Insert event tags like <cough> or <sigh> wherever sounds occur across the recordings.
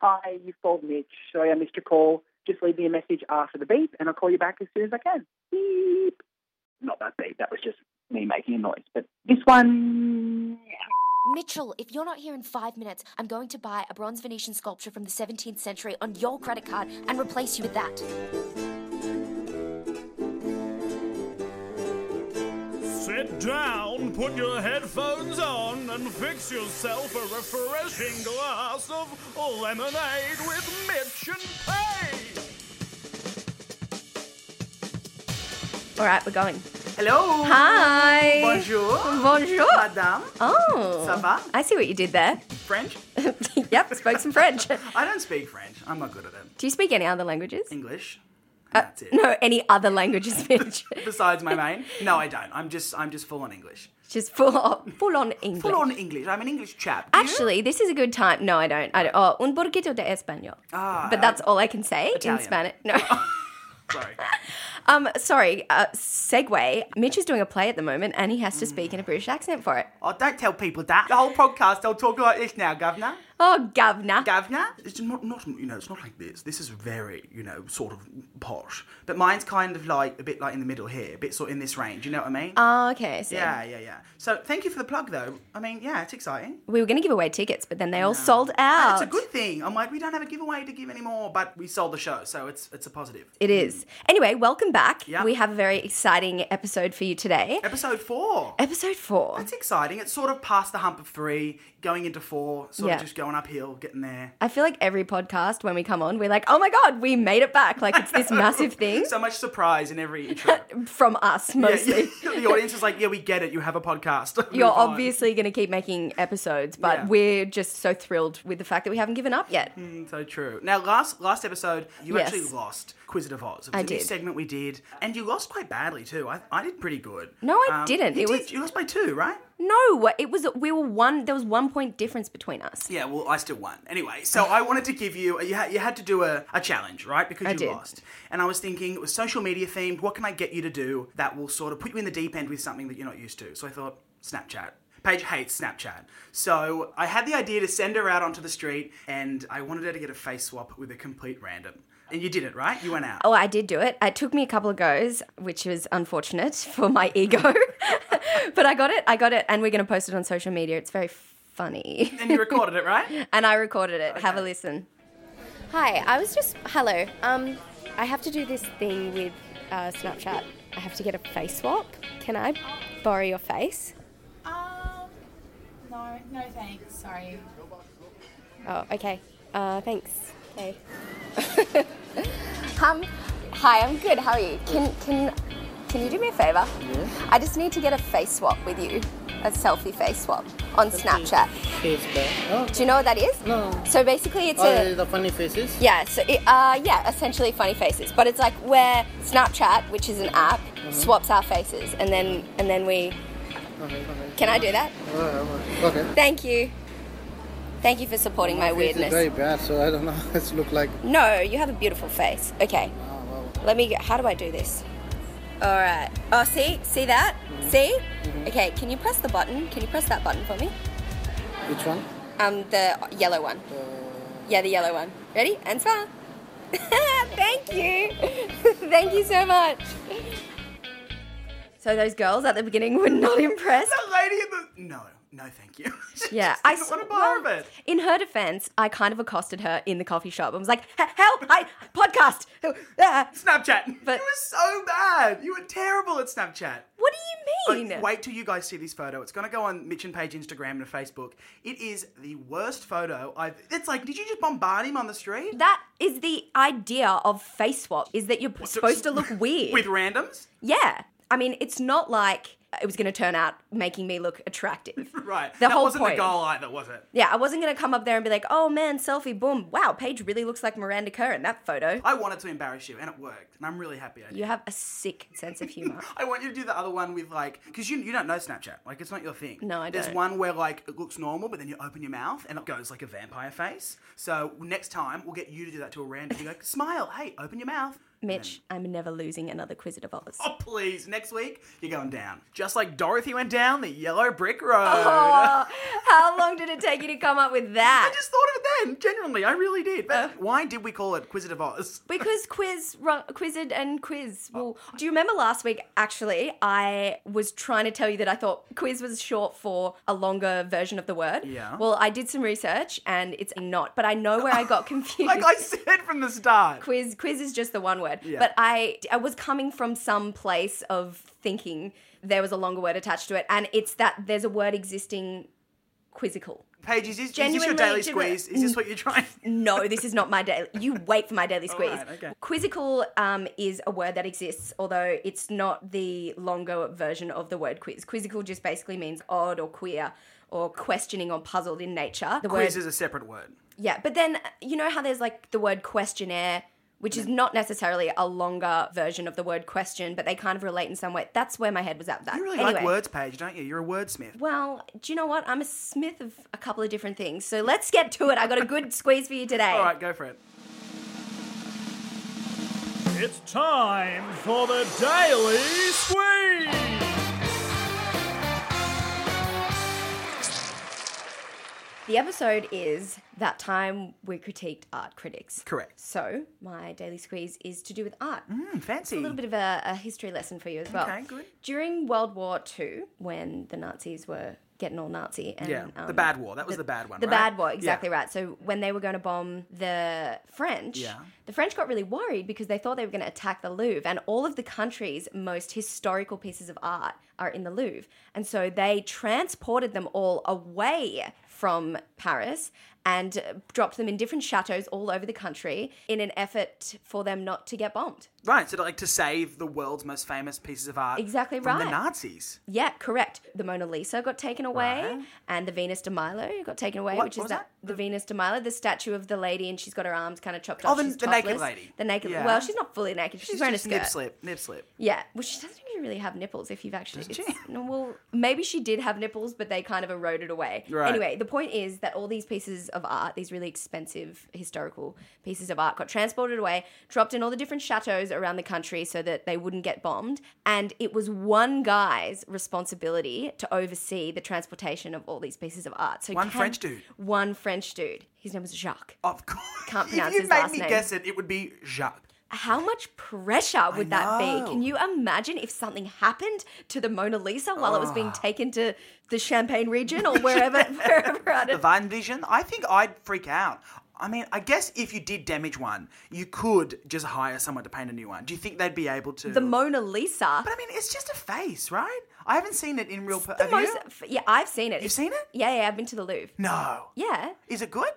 Hi, you've called Mitch. Sorry I missed your call. Just leave me a message after the beep and I'll call you back as soon as I can. Beep. Not that beep, that was just me making a noise. But this one. Mitchell, if you're not here in five minutes, I'm going to buy a bronze Venetian sculpture from the 17th century on your credit card and replace you with that. Sit down, put your headphones on, and fix yourself a refreshing glass of lemonade with Mitch and Pay. All right, we're going. Hello. Hi. Bonjour. Bonjour. Madame. Oh. Ça va? I see what you did there. <laughs> French? yep, spoke some French. Do I don't speak French. I'm not good at it. you speak any other languages? English. Uh, That's it. no, any other languages, <laughs> Mitch. Besides my main. No, I don't. I'm just I'm just full on English. Just full on, full on English. Full on English. I'm an English chap. Actually, this is a good time. No, I don't. I don't. Oh, un poquito de español. Ah, but that's all I can say Italian. in Spanish. <laughs> No. <laughs> Sorry. um, sorry. Uh, segue. Mitch is doing a play at the moment, and he has to speak in a British accent for it. Oh, don't tell people that. The whole podcast, they'll talk like this now, Governor. Oh, governor. Governor? It's not, not, you know, it's not like this. This is very, you know, sort of posh. But mine's kind of like a bit like in the middle here, a bit sort of in this range. You know what I mean? oh, okay. So yeah, yeah, yeah. So thank you for the plug, though. I mean, yeah, it's exciting. we were going to give away tickets, but then they all sold out. It's a good thing. I'm like, we don't have a giveaway to give anymore, but we sold the show, so it's it's a positive. It is. Anyway, welcome back. Yeah. We have a very exciting episode for you today. Episode four. Episode four. That's exciting. It's sort of past the hump of three, going into four, sort Yeah. of just going uphill, getting there. I feel like every podcast when we come on, we're like, oh my God, we made it back. Like it's <laughs> this massive thing So much surprise in every <laughs> intro. from us Yeah, <laughs> mostly. yeah. the audience is like, yeah, we get it. You have a podcast. <laughs> Move <laughs> You're on. obviously going to keep making episodes, but Yeah. Hmm. we're just so thrilled with the fact that we haven't given up yet. So true. Now, last last episode, you Yes. actually lost Quiz It of Oz. It I was a new did. segment we did, and you lost quite badly too. I, I did pretty good. Um, No, I didn't. You It did. was- you lost by two, right? No, it was, we were one, there was one point difference between us. Yeah, well, I still won. Anyway, so I wanted to give you, you, ha- you had to do a, a challenge, right? Because I you did. lost. And I was thinking, it was social media themed. What can I get you to do that will sort of put you in the deep end with something that you're not used to? So I thought, Snapchat. Paige hates Snapchat. So I had the idea to send her out onto the street and I wanted her to get a face swap with a complete random. And you did it, right? You went out. Oh, I did do it. It took me a couple of goes, which was unfortunate <laughs> for my ego. <laughs> but I got it. I got it. And we're going to post it on social media. It's very funny. <laughs> And you recorded it, right? and I recorded it. Have a listen. Hi, I was just hello. Um, I have to do this thing with uh, Snapchat. I have to get a face swap. Can I borrow your face? Um, no, no thanks. Sorry. Oh, okay. Uh, thanks. Okay. <laughs> um, hi, I'm good. How are you? Can can can you do me a favor? Yeah. I just need to get a face swap with you, a selfie face swap on Snapchat. face back. Oh, Do you know what that is? No. So basically, it's a oh, the funny faces. Yeah, so it, uh, yeah, essentially funny faces, but it's like where Snapchat, which is an app, swaps our faces, and then and then we. Mm-hmm. Okay, okay. Can I do that? Oh, okay. Thank you. Thank you for supporting my Face is weirdness. very bad, so I don't know. It's look like. No, you have a beautiful face. Okay, Oh, wow. let me. How do I do this? All right. Oh, see, see that? Mm-hmm. See? Okay. Can you press the button? Can you press that button for me? Which one? Um, the yellow one. Yeah, the yellow one. Ready? And smile. <laughs> Thank you. <laughs> Thank you so much. So those girls at the beginning were <laughs> not impressed. That lady in the. No, no, thank you. <laughs> She Yeah, just didn't want to borrow well, it. In her defense, I kind of accosted her in the coffee shop and was like, "H- "Help! I podcast." Uh, Snapchat. But- you were so bad. You were terrible at Snapchat. what do you mean? Like, wait till you guys see this photo. It's gonna go on Mitch and Page Instagram and Facebook. It is the worst photo I've. It's like, did you just bombard him on the street? That is the idea of face swap is that you're supposed to look weird. with randoms. yeah. I mean, it's not like it was going to turn out making me look attractive. <laughs> Right. The that whole wasn't point. the goal either, was it? Yeah, I wasn't going to come up there and be like, "Oh man, selfie boom. Wow, Paige really looks like Miranda Kerr in that photo." I wanted to embarrass you, and it worked, and I'm really happy I did. You have a sick sense of <laughs> humor. I want you to do the other one with like, because you you don't know Snapchat, like it's not your thing. No, I There's don't. one where like it looks normal, but then you open your mouth and it goes like a vampire face. So next time we'll get you to do that to a random. You go, smile, hey, open your mouth. And Mitch, I'm never losing another Quiz It of Oz. then, oh please, next week you're going down, just like Dorothy went down the yellow brick road. Oh. How long did it take you to come up with I that? just thought of it again. Genuinely, I really did. Uh. But why did we call it Quizzit <laughs> of Oz? Because quiz, run, quizzed, and quiz. Oh, Well, do you remember last week? Actually, I was trying to tell you that I thought quiz was short for a longer version of the word. Yeah. Well, I did some research, and it's not. But I know where I got <laughs> confused. Like I said from the start. quiz quiz is just the one word Yeah. but i i was coming from some place of thinking there was a longer word attached to it and it's that there's a word existing quizzical Paige, is this, is this your Genuinely, daily did we- squeeze? Is this what <laughs> you're trying? no this is not my daily you wait for my daily squeeze right, okay. quizzical um, is a word that exists although it's not the longer version of the word quiz quizzical just basically means odd or queer or questioning or puzzled in nature the Quiz word is a separate word. Yeah, but then uh, you know how there's like the word questionnaire, which is not necessarily a longer version of the word question, but they kind of relate in some way. That's where my head was at. with That You really Uh, anyway. like words, Paige, don't you? You're a wordsmith. Well, do you know what? I'm a smith of a couple of different things. So let's get to it. I got a good squeeze for you today. All right, go for it. It's time for the Daily Squeeze! The episode is that time we critiqued art critics. Correct. So my daily squeeze is to do with art. Hmm, fancy. A little bit of a, a history lesson for you as well. Okay, good. During World War II, when the Nazis were getting all Nazi and Yeah, the um, bad war. That was the, bad one. The right? bad war, Yeah. exactly right. So when they were going to bomb the French, Yeah. the French got really worried because they thought they were going to attack the Louvre, and all of the country's most historical pieces of art are in the Louvre, and so they transported them all away from Paris and uh, dropped them in different chateaus all over the country in an effort for them not to get bombed. Right, so like to save the world's most famous pieces of art. Exactly from The right. Nazis. Yeah, correct. The Mona Lisa got taken away, and the Venus de Milo got taken away, What- which what is was that, the Venus de Milo, the statue of the lady, and she's got her arms kind of chopped Oh, off. the- she's the naked topless. lady. The naked. Yeah. Well, she's not fully naked. She's, wearing a just nip skirt. slip, nip slip. Yeah, well, she doesn't even really have nipples. If you've actually, Doesn't it's- she? no, well, maybe she did have nipples, but they kind of eroded away. Right. Anyway, the point is that all these pieces of art, these really expensive historical pieces of art, got transported away, dropped in all the different chateaus around the country, so that they wouldn't get bombed. And it was one guy's responsibility to oversee the transportation of all these pieces of art. So One can- French dude. One French dude. His name was Jacques. Of course. Can't pronounce if you his made last me name. guess it, it would be Jacques. How much pressure would that know. be? Can you imagine if something happened to the Mona Lisa while it was being Ah. taken to the Champagne region or <laughs> wherever? wherever out The of- Vine Vision, I think I'd freak out. I mean, I guess if you did damage one, you could just hire someone to paint a new one. Do you think they'd be able to? the Mona Lisa. But I mean, it's just a face, right? I haven't seen it in real. Per- The have you? most, f- yeah, I've seen it. You've seen it? Hmm. Yeah, yeah, I've been to the Louvre. No. Yeah. Is it good?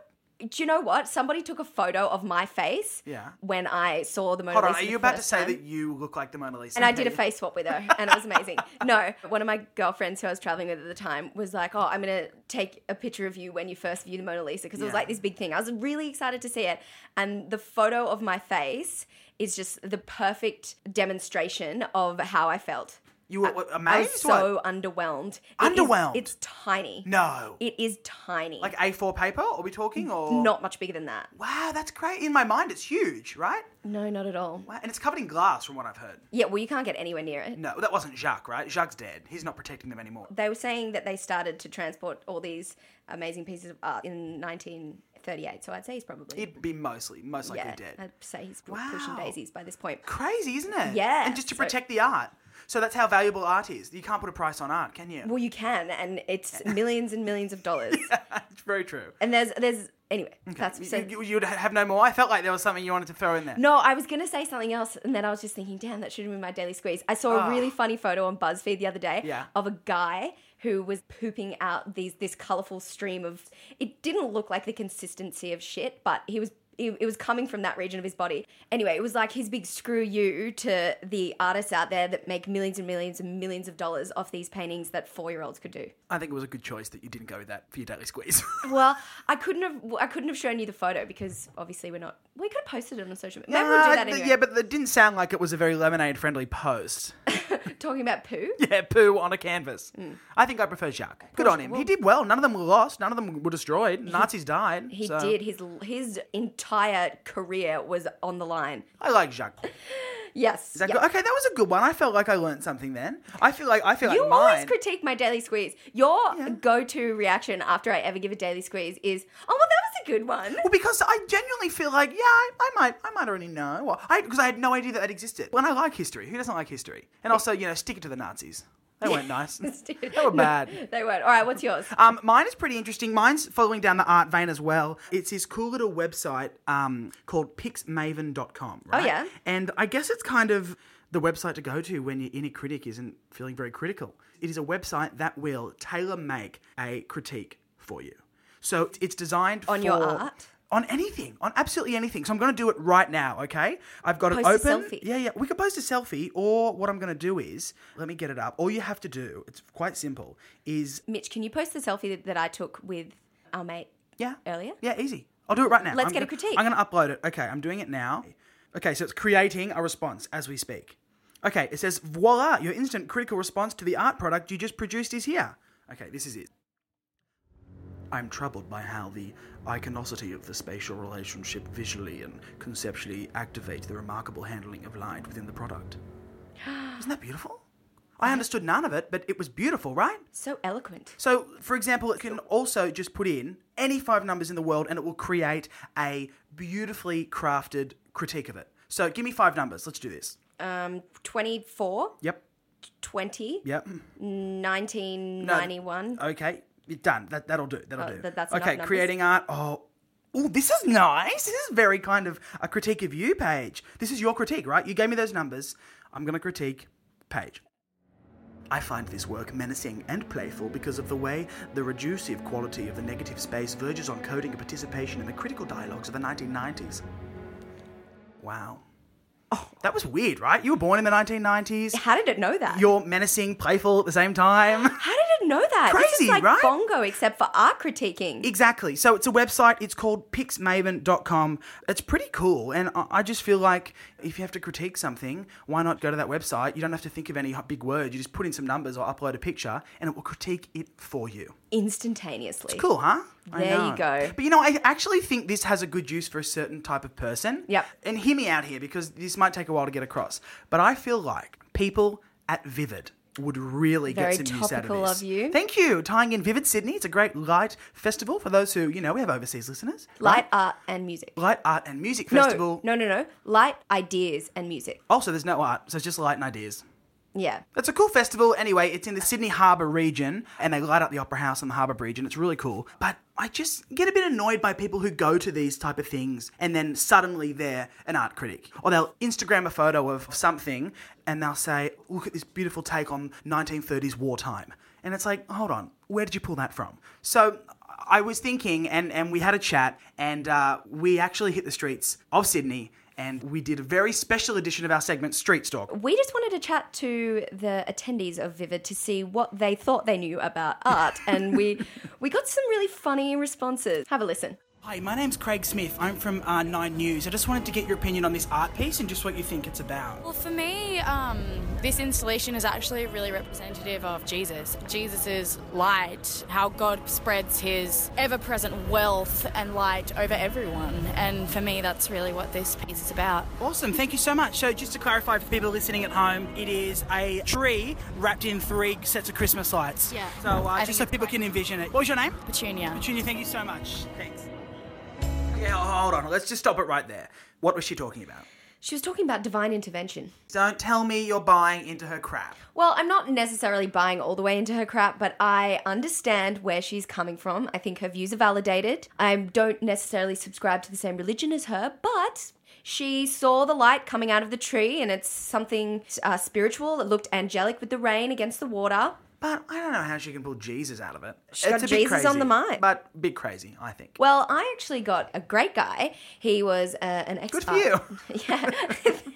Do you know what? Somebody took a photo of my face Yeah. when I saw the Mona Hold on, Lisa. are the you about to first say time. that you look like the Mona Lisa? And I did a Paige? face swap with her, and it was <laughs> amazing. No, one of my girlfriends who I was traveling with at the time was like, "Oh, I'm gonna take a picture of you when you first view the Mona Lisa," because it was Yeah. like this big thing. I was really excited to see it, and the photo of my face is just the perfect demonstration of how I felt. You were what, I was amazed? so What? underwhelmed. It is- Underwhelmed? It's tiny. No. it is tiny. Like A4 paper? Are we talking or not much bigger than that. Wow, that's great. In my mind, it's huge, right? No, not at all. Wow, and it's covered in glass, from what I've heard. Yeah, well, you can't get anywhere near it. No, that wasn't Jacques, right? Jacques dead. He's not protecting them anymore. they were saying that they started to transport all these amazing pieces of art in 1938. So I'd say he's probably He'd be mostly, most likely yeah, dead. I'd say he's pu- pushing Wow. daisies by this point. Crazy, isn't it? Yeah, And just to so- protect the art. So that's how valuable art is. You can't put a price on art, can you? Well, you can, and <laughs> it's millions and millions of dollars. it's very true. And there's there's anyway. That's so, You, you, would have no more. I felt like there was something you wanted to throw in there. no, I was gonna say something else, and then I was just thinking, damn, that should have been my daily squeeze. I saw a really funny photo on BuzzFeed the other day Ah. Yeah. of a guy who was pooping out these this colorful stream of. It didn't look like the consistency of shit, but he was. It it was coming from that region of his body. Anyway, it was like his big screw you to the artists out there that make millions and millions and millions of dollars off these paintings that four year olds could do. I think it was a good choice that you didn't go with that for your daily squeeze. Well, I couldn't have I couldn't have shown you the photo because obviously we're not. We could have posted it on social media. Maybe <laughs> we'll do Uh, that th- anyway. Mm. Yeah, but it didn't sound like it was a very lemonade friendly post. Talking about poo. <laughs> yeah, poo on a canvas. Mm. I think I prefer Jacques. Good on him. he did well. None of them were lost. None of them were destroyed. Nazis died. He so- did. His his entire career was on the line. I like Jacques. Is Yes. that yeah. good? Okay, that was a good one. I felt like I learned something then. I feel like I feel You like always mine. critique my daily squeeze. Your go-to reaction after I ever give a daily squeeze is, "Oh well, that was a good one. Well, because I genuinely feel like, yeah, I, I might, I might already know, or I because I had no idea that that existed. When I like history, who doesn't like history? And also, you know, stick it to the Nazis. They weren't <laughs> nice. <laughs> they were bad. They weren't. All right, what's <laughs> yours? Um, mine is pretty interesting. Mine's following down the art vein as well. It's this cool little website um, called pixmaven.com, right? Oh, yeah. And I guess it's kind of the website to go to when your inner critic isn't feeling very critical. It is a website that will tailor make a critique for you. So it's designed On for, your art? on anything, on absolutely anything. So I'm going to do it right now, okay? I've got it Post a open. selfie. Yeah, yeah. We could post a selfie, or what I'm going to do is let me get it up. All you have to do, it's quite simple, is Mitch, can you post the selfie that, that I took with our mate? yeah, Earlier? Yeah, easy. I'll do it right now. Let's I'm get a gonna- critique. I'm going to upload it. Okay, I'm doing it now. Okay, so it's creating a response as we speak. Okay, it says voila, your instant critical response to the art product you just produced is here. Okay, this is it. I'm troubled by how the iconicity of the spatial relationship visually and conceptually activates the remarkable handling of light within <gasps> the product. Isn't that beautiful? I understood none of it, but it was beautiful, right? So eloquent. So, for example, it can also just put in any five numbers in the world and it will create a beautifully crafted critique of it. So, give me five numbers. Let's do this. Um, 24, Yep. 20, Yep. 1991. Okay. You're done. That, that'll do. That'll Oh, do. th- that's enough okay. numbers. Creating art. Oh. Oh, this is nice. This is very kind of a critique of you, Paige. This is your critique, right? You gave me those numbers. I'm going to critique Paige. I find this work menacing and playful because of the way the reducive quality of the negative space verges on coding a participation in the critical dialogues of the 1990s. Wow. Oh, that was weird, right? You were born in the 1990s. How did it know that? You're menacing, playful at the <laughs> same time. How did it know that? this is Crazy, like right? bongo except for art critiquing. Exactly. So it's a website. It's called pixmaven.com. It's pretty cool. And I I just feel like if you have to critique something, why not go to that website? You don't have to think of any h- big word. You just put in some numbers or upload a picture and it will critique it for you. Instantaneously. Cool, huh? I There you know. go. But you know, I actually think this has a good use for a certain type of person. Yep. And hear me out here because this might take a while to get across. But I feel like people at Vivid would really Very get some use out of topical this. of you. Thank you. Tying in Vivid Sydney. It's a great light festival for those who, you know, we have overseas listeners. Light art and music. Light Art and Music No, Festival. no, no, no. Light ideas and music. Also, there's no art, so it's just light and ideas. Yeah. It's a cool festival. Anyway, it's in the Sydney Harbour region, and they light up the Opera House in the Harbour Bridge, and it's really cool. But I just get a bit annoyed by people who go to these type of things, and then suddenly they're an art critic, or they'll Instagram a photo of something, and they'll say, "Look at this beautiful take on 1930s wartime," and it's like, "Hold on, where did you pull that from?" So. I was thinking, and, and we had a chat, and uh, we actually hit the streets of Sydney, and we did a very special edition of our segment, Street Stalk. We just wanted to chat to the attendees of Vivid to see what they thought they knew about art, and we we got some really funny responses. Have a listen. Hi, my name's Craig Smith. I'm from uh, Nine News. I just wanted to get your opinion on this art piece and just what you think it's about. Well, for me, um, this installation is actually really representative of Jesus. Jesus' light, how God spreads his ever present wealth and light over everyone. And for me, that's really what this piece is about. Awesome, thank you so much. So, just to clarify for people listening at home, it is a tree wrapped in three sets of Christmas lights. Yeah. So, uh, I just think so it's people great. can envision it. What was your name? Petunia. Petunia, thank you so much. Thanks. Yeah, hold on. Let's just stop it right there. What was she talking about? She was talking about divine intervention. Don't tell me you're buying into her crap. Well, I'm not necessarily buying all the way into her crap, but I understand where she's coming from. I think her views are validated. I don't necessarily subscribe to the same religion as her, but she saw the light coming out of the tree and it's something uh, spiritual. It looked angelic with the rain against the water. But I don't know how she can pull Jesus out of it. She's got it's a bit Jesus crazy, on the mind. But a bit crazy, I think. Well, I actually got a great guy. He was uh, an ex. Good for you. yeah.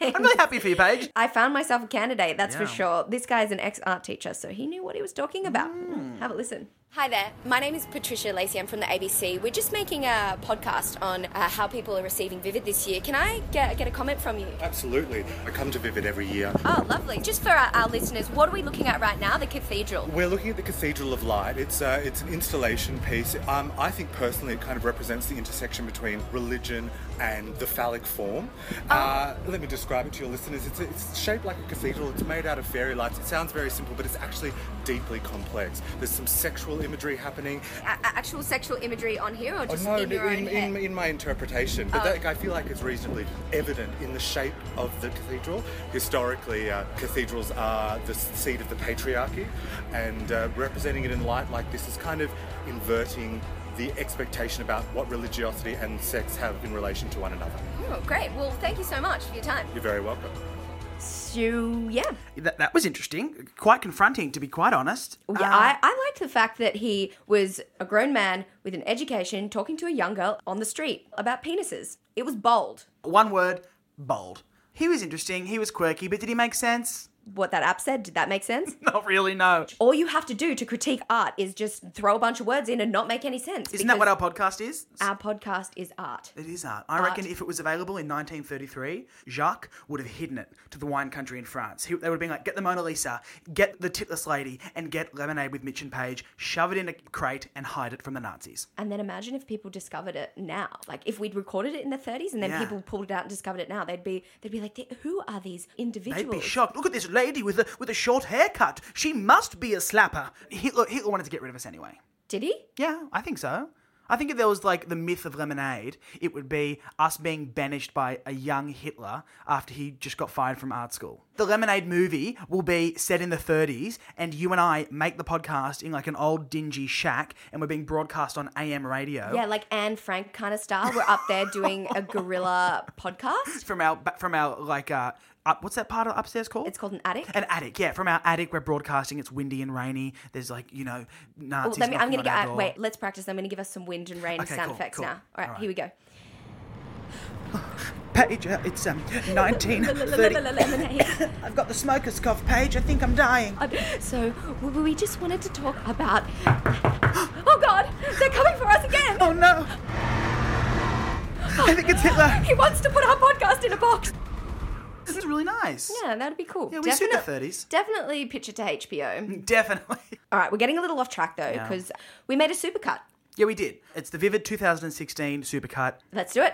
I'm really happy for you, Paige. I found myself a candidate, that's for Yeah. sure. This guy's an ex art teacher, so he knew what he was talking about. Mm. Have a listen. Hi there, my name is Patricia Lacey. I'm from the ABC. We're just making a podcast on uh, how people are receiving Vivid this year. Can I get, get a comment from you? Absolutely. I come to Vivid every year. Oh, lovely. Just for our, our listeners, what are we looking at right now? The cathedral. We're looking at the Cathedral of Light. It's uh, it's an installation piece. Um, I think personally, it kind of represents the intersection between religion and the phallic form. Uh, let me describe it to your listeners. It's, it's shaped like a cathedral. It's made out of fairy lights. It sounds very simple, but it's actually deeply complex. There's some sexual sexual imagery happening. A- a- actual sexual imagery on here, or Oh, just no, in your own in, head? in, in my interpretation, but Oh. that, I feel like it's reasonably evident in the shape of the cathedral. Historically, uh, cathedrals are the s- seat of the patriarchy, and uh, representing it in light like this is kind of inverting the expectation about what religiosity and sex have in relation to one another. Oh, great. Well, thank you so much for your time. You're very welcome. So, yeah. That, that was interesting. Quite confronting, to be quite honest. Yeah, I, I liked the fact that he was a grown man with an education talking to a young girl on the street about penises. It was bold. Uh, One word, bold. He was interesting, he was quirky, but did he make sense? <laughs> What that app said, did that make sense? Not really, <laughs> no. All you have to do to critique art is just throw a bunch of words in and not make any sense. Isn't that what because our podcast is? our podcast is art? It is art. I reckon if it was available in 1933, Jacques would have hidden it to the wine country in France. He, they would have been like, get the Mona Lisa, get the titless lady, and get lemonade with Mitch and Page, shove it in a crate, and hide it from the Nazis. And then imagine if people discovered it now. Like if we'd recorded it in the 30s and then Yeah. people pulled it out and discovered it now, they'd be they'd be like, who are these individuals? They'd be shocked. Look at this lady with a, with a short haircut. She must be a slapper. Hitler, Hitler wanted to get rid of us anyway. Did he? Yeah, I think so. I think if there was like the myth of lemonade, it would be us being banished by a young Hitler after he just got fired from art school. The lemonade movie will be set in the 30s, and you and I make the podcast in like an old dingy shack, and we're being broadcast on AM radio. Yeah, like Anne Frank kind of style. We're up there doing <laughs> a gorilla podcast. From our ba- from our like uh up, what's that part of upstairs called? It's called an attic. an attic, yeah. From our attic, we're broadcasting. It's windy and rainy. There's like you know Oh, Nazis. let me, I'm knocking gonna on get our out. door. Wait, let's practice. I'm gonna give us some wind and rain Okay, sound cool, effects cool. now. All right, All right. here we go. Page, uh, it's um 1930. Lemonade. I've got the smoker's cough, Paige. I think I'm dying. so we- we just wanted to talk about. <gasps> Oh God, they're coming for us again. Oh no! <laughs> I think it's Hitler. <gasps> He wants to put our podcast in a box. This is really nice. Yeah, that'd be cool. Yeah, we suit the Definite- 30s. Definitely pitch it to HBO. Definitely. <laughs> All right, we're getting a little off track though because we made a supercut. Yeah, we did. It's the Vivid 2016 supercut. Let's do it.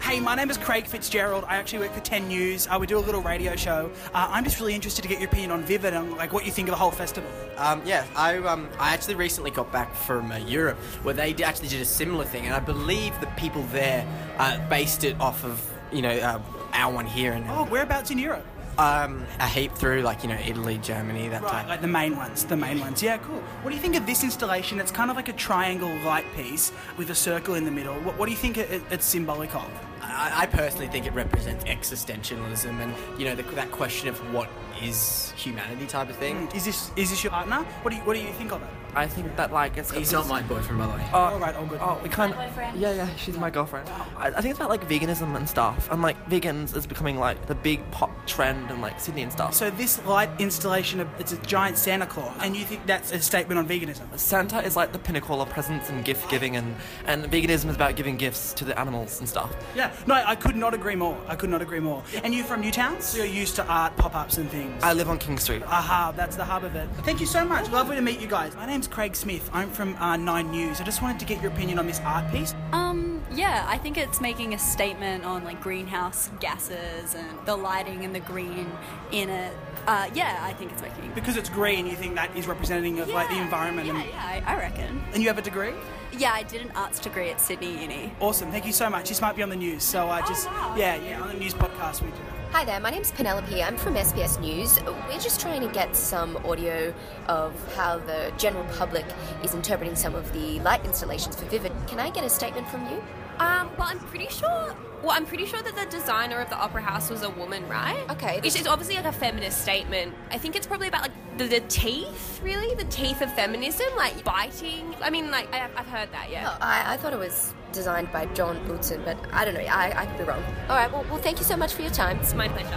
Hey, my name is Craig Fitzgerald. I actually work for 10 News. Uh, we do a little radio show. Uh, I'm just really interested to get your opinion on Vivid and like what you think of the whole festival. Um, yeah, I um, I actually recently got back from uh, Europe where they d- actually did a similar thing, and I believe the people there uh, based it off of you know uh, our one here and Oh, whereabouts in Europe? um, a heap through like you know Italy, Germany, that Right, type. like the main ones, the main ones. Yeah, cool. What do you think of this installation? It's kind of like a triangle light piece with a circle in the middle. What, what do you think it, it, it's symbolic of? I, I personally think it represents existentialism and you know the, that question of what is humanity type of thing. Hmm. Is this is this your partner? What do you what do you think of Uh, it? I think that like it's. He's not my boyfriend, by the way. Oh, all right, all good. Oh, we can't. Yeah, yeah, she's my girlfriend. I, I think it's about like veganism and stuff, and like vegans is becoming like the big pop trend in like Sydney and stuff. So this light installation, of- it's a giant Santa Claus, and you think that's a statement on veganism? Santa is like the pinnacle of presents and gift giving, and and veganism is about giving gifts to the animals and stuff. Yeah. No, I could not agree more. I could not agree more. And you're from Newtown, so you're used to art pop-ups and things. I live on King Street. Aha, that's the hub of it. Thank you so much. Lovely to meet you guys. My name's Craig Smith. I'm from uh, Nine News. I just wanted to get your opinion on this art piece. Um, yeah, I think it's making a statement on like greenhouse gases and the lighting and the green in it. Uh, yeah, I think it's making. Because it's green, you think that is representative of like the environment. Yeah, and, yeah, I, I reckon. and you have a degree? Yeah, I did an arts degree at Sydney Uni. Awesome. Thank you so much. This might be on the news, so I just yeah, yeah, on the news podcast we do. Hi there, my name's Penelope. I'm from SBS News. We're just trying to get some audio of how the general public is interpreting some of the light installations for Vivid. Can I get a statement from you? Um, well, I'm pretty sure. Well, I'm pretty sure that the designer of the opera house was a woman, right? Okay. It's, it's obviously like a feminist statement. I think it's probably about like the, the teeth, really, the teeth of feminism, like biting. I mean, like I, I've heard that, yeah. Oh, I, I thought it was designed by John Bootson, but I don't know. I, I could be wrong. All right, well, well, thank you so much for your time. It's my pleasure.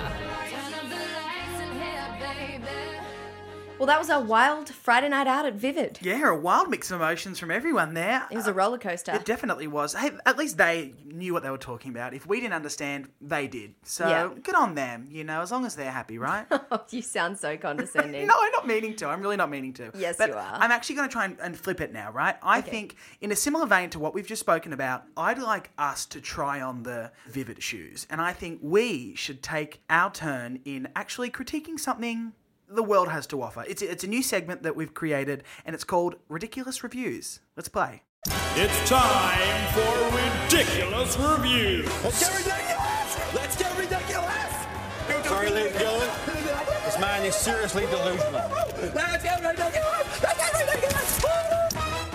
Well, that was our wild Friday night out at Vivid. Yeah, a wild mix of emotions from everyone there. It was a roller coaster. It definitely was. Hey, at least they knew what they were talking about. If we didn't understand, they did. So Yeah. good on them, you know, as long as they're happy, right? <laughs> you sound so condescending. <laughs> No, I'm not meaning to. I'm really not meaning to. Yes, but you are. I'm actually going to try and, and flip it now, right? I Okay. think, in a similar vein to what we've just spoken about, I'd like us to try on the vivid shoes. And I think we should take our turn in actually critiquing something the world has to offer. It's, it's a new segment that we've created, and it's called Ridiculous Reviews. Let's play. It's time for ridiculous reviews. Let's get ridiculous. Let's get ridiculous. Sorry, ladies and gentlemen. This man is seriously delusional. Let's get ridiculous. Let's get ridiculous.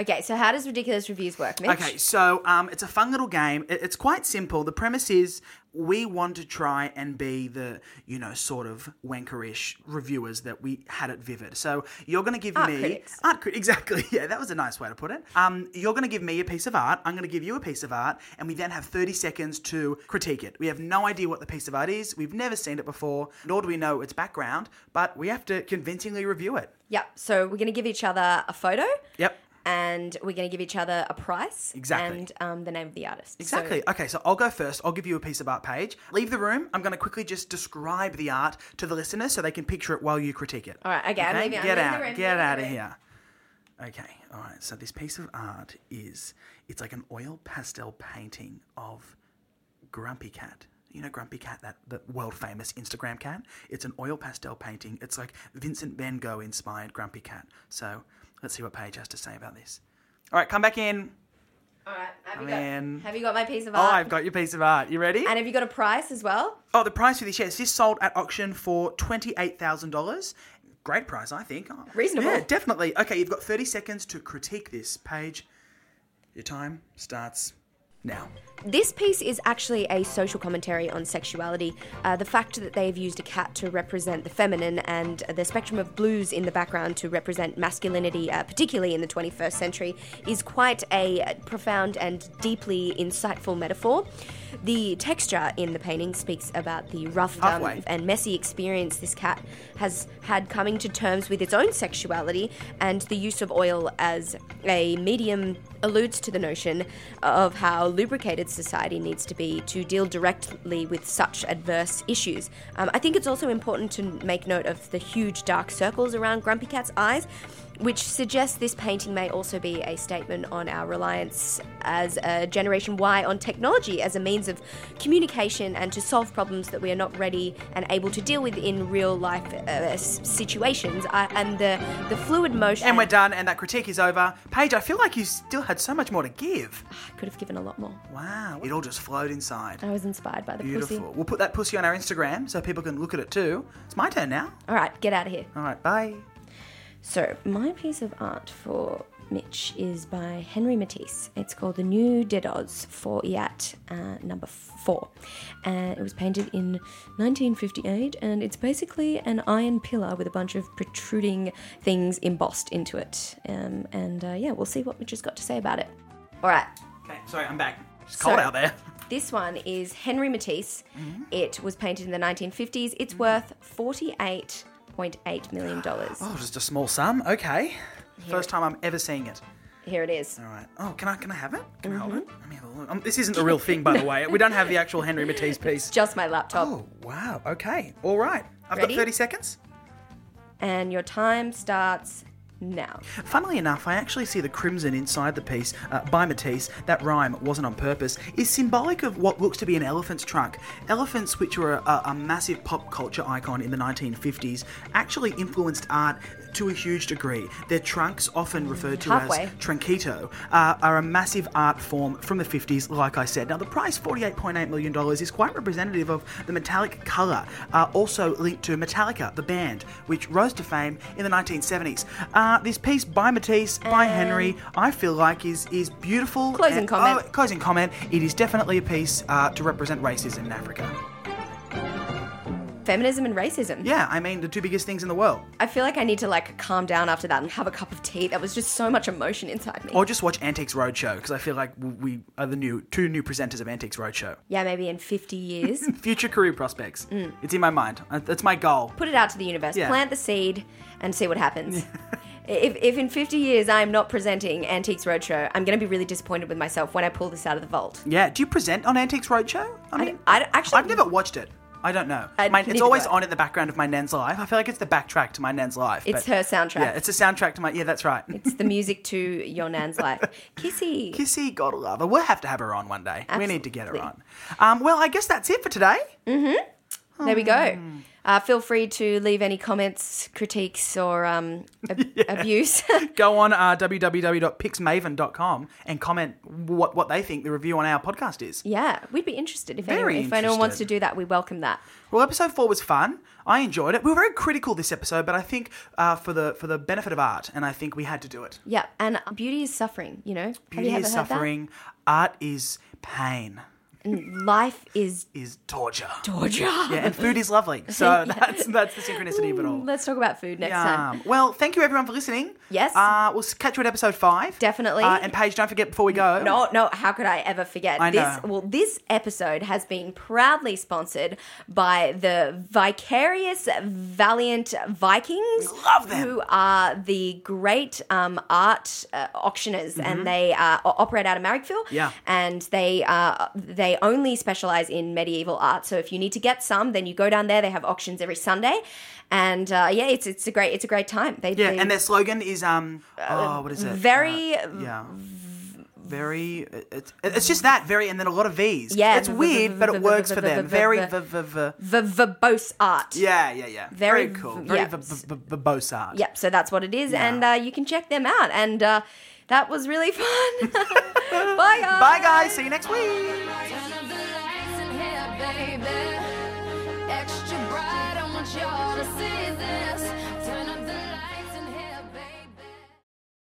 Okay, so how does ridiculous reviews work, Mitch? Okay, so um, it's a fun little game. It- It's quite simple. The premise is we want to try and be the, you know, sort of wankerish reviewers that we had at Vivid. So you're going to give Art me critics. art crit- <laughs> exactly. Yeah, that was a nice way to put it. Um, you're going to give me a piece of art. I'm going to give you a piece of art, and we then have 30 seconds to critique it. We have no idea what the piece of art is. We've never seen it before, nor do we know its background. But we have to convincingly review it. Yep. So we're going to give each other a photo Yep. and we're going to give each other a price. Exactly. And um, the name of the artist. So- Exactly. okay, so I'll go first. I'll give you a piece of art page. Leave the room. I'm going to quickly just describe the art to the listener so they can picture it while you critique it. all right. Okay. I'm leaving- I'm Get leaving out. the room, Get leaving out the of room. here. Okay. All right. So this piece of art is it's like an oil pastel painting of Grumpy Cat. You know Grumpy Cat, that the world famous Instagram cat. It's an oil pastel painting. It's like Vincent Van Gogh inspired Grumpy Cat. So let's see what Paige has to say about this. All right, come back in. All right. Have you, I'm in. got, have you got my piece of Oh, art? I've got your piece of art. You ready? And have you got a price as well? Oh, the price for this, yes. This sold at auction for $28,000. Great price, I think. Oh, Reasonable. Yeah, definitely. Okay, you've got 30 seconds to critique this page. Your time starts now. This piece is actually a social commentary on sexuality. Uh, the fact that they've used a cat to represent the feminine and the spectrum of blues in the background to represent masculinity, uh, particularly in the 21st century, is quite a uh, profound and deeply insightful metaphor. The texture in the painting speaks about the rough um, Halfway. and messy experience this cat has had coming to terms with its own sexuality, and the use of oil as a medium alludes to the notion of how lubricated society needs to be to deal directly with such adverse issues. Um, I think it's also important to make note of the huge dark circles around Grumpy Cat's eyes. Which suggests this painting may also be a statement on our reliance as a Generation Y on technology as a means of communication and to solve problems that we are not ready and able to deal with in real life uh, s- situations. I, and the, the fluid motion. And we're done, and that critique is over. Paige, I feel like you still had so much more to give. I could have given a lot more. Wow. It all just flowed inside. I was inspired by the Beautiful. pussy. We'll put that pussy on our Instagram so people can look at it too. It's my turn now. All right, get out of here. All right, bye. So, my piece of art for Mitch is by Henry Matisse. It's called The New Dead Oz for Iat uh, number four. Uh, it was painted in 1958 and it's basically an iron pillar with a bunch of protruding things embossed into it. Um, and uh, yeah, we'll see what Mitch has got to say about it. All right, Okay, sorry, I'm back. It's So- cold out there. This one is Henry Matisse. Mm-hmm. It was painted in the 1950s. It's worth $48.8 million. <gasps> Oh, just a small sum. Okay. First time I'm ever seeing it. Here it is. All right. Oh, can I can I have it? Can I hold it? Mm-hmm. Let me have a look. Um, this isn't the real thing, by the way. We don't have the actual Henry Matisse piece. Just my laptop. Oh, wow. Okay. All right. I've Ready? got 30 seconds. And your time starts now. Funnily enough, I actually see the crimson inside the piece uh, by Matisse. That rhyme wasn't on purpose. Is symbolic of what looks to be an elephant's trunk. Elephants, which were a, a massive pop culture icon in the 1950s, actually influenced art to a huge degree. Their trunks, often referred to Halfway. as Tranquito uh, are a massive art form from the 50s, like I said. Now, the price, $48.8 million, is quite representative of the metallic colour, uh, also linked to Metallica, the band, which rose to fame in the 1970s. Uh, this piece by Matisse, by Henry, I feel like is is beautiful. Um, Closing and- comment. oh, closing comment. It is definitely a piece uh, to represent racism in Africa. feminism and racism. Yeah, I mean, the two biggest things in the world. I feel like I need to like calm down after that and have a cup of tea. That was just so much emotion inside me. Or just watch Antiques Roadshow because I feel like we are the new two new presenters of Antiques Roadshow. yeah, maybe in 50 <laughs> years. Future career prospects. Mm. It's in my mind. Uh, That's my goal. Put it out to the universe, Yeah. plant the seed, and see what happens. if, if in 50 years I'm not presenting Antiques Roadshow, I'm going to be really disappointed with myself when I pull this out of the vault. Yeah. Do you present on Antiques Roadshow? I mean, I, actually, I've never watched it. I don't know. I- Mine, it's neither always do I. on in the background of my nan's life. I feel like it's the backtrack to my nan's life. It's but- her soundtrack. Yeah, it's a soundtrack to my. Yeah, that's right. It's <laughs> the music to your nan's life. Kissy. <laughs> Kissy, gotta love her. We'll have to have her on one day. We need to get her on. Absolutely. Um, well, I guess that's it for today. Mm-hmm. There we go. Uh, feel free to leave any comments, critiques, or um, <laughs> ab- abuse. <laughs> Go on uh, www.pixmaven.com and comment what, what they think the review on our podcast is. yeah, we'd be interested if, anyone, Very if anyone wants to interested. do that. We welcome that. Well, episode four was fun. I enjoyed it. We were very critical this episode, but I think uh, for the for the benefit of art, and I think we had to do it. Yeah, and beauty is suffering. You know, Beauty Have you is ever heard that? suffering. Art is pain. And life <laughs> is Is torture. Torture. <laughs> Yeah, and food is lovely. So that's that's the synchronicity of it all. Let's talk about food next time. Yum. Well, thank you everyone for listening. Yes. Uh, we'll s- catch you at episode five. Definitely. Uh, and Paige, don't forget before we go. No, no, how could I ever forget I this? know. Well, this episode has been proudly sponsored by the Vicarious Valiant Vikings. Love them. Who are the great um, art uh, auctioners Mhm. Mm-hmm. and they uh, o- operate out of Marrickville. Yeah. And they uh, they only specialize in medieval art. So if you need to get some, then you go down there. They have auctions every Sunday. And uh, yeah, it's it's a great it's a great time. They Yeah, they- and their slogan is um oh what is it? Uh, very Uh, yeah. Very, it's, it's just that very, and then a lot of V's. Yeah, it's weird, but it works for them. Very, v- v- v- v- verbose art. yeah, yeah, yeah. Very Very, cool. v- Very yeah. v- v- v- verbose art. Yep, so that's what it is, and uh, you can check them out. And uh, that was really fun. <laughs> Bye, guys. <laughs> Bye, guys. See you next week. Turn up the lights in here, baby. Extra bright, I want y'all to see this.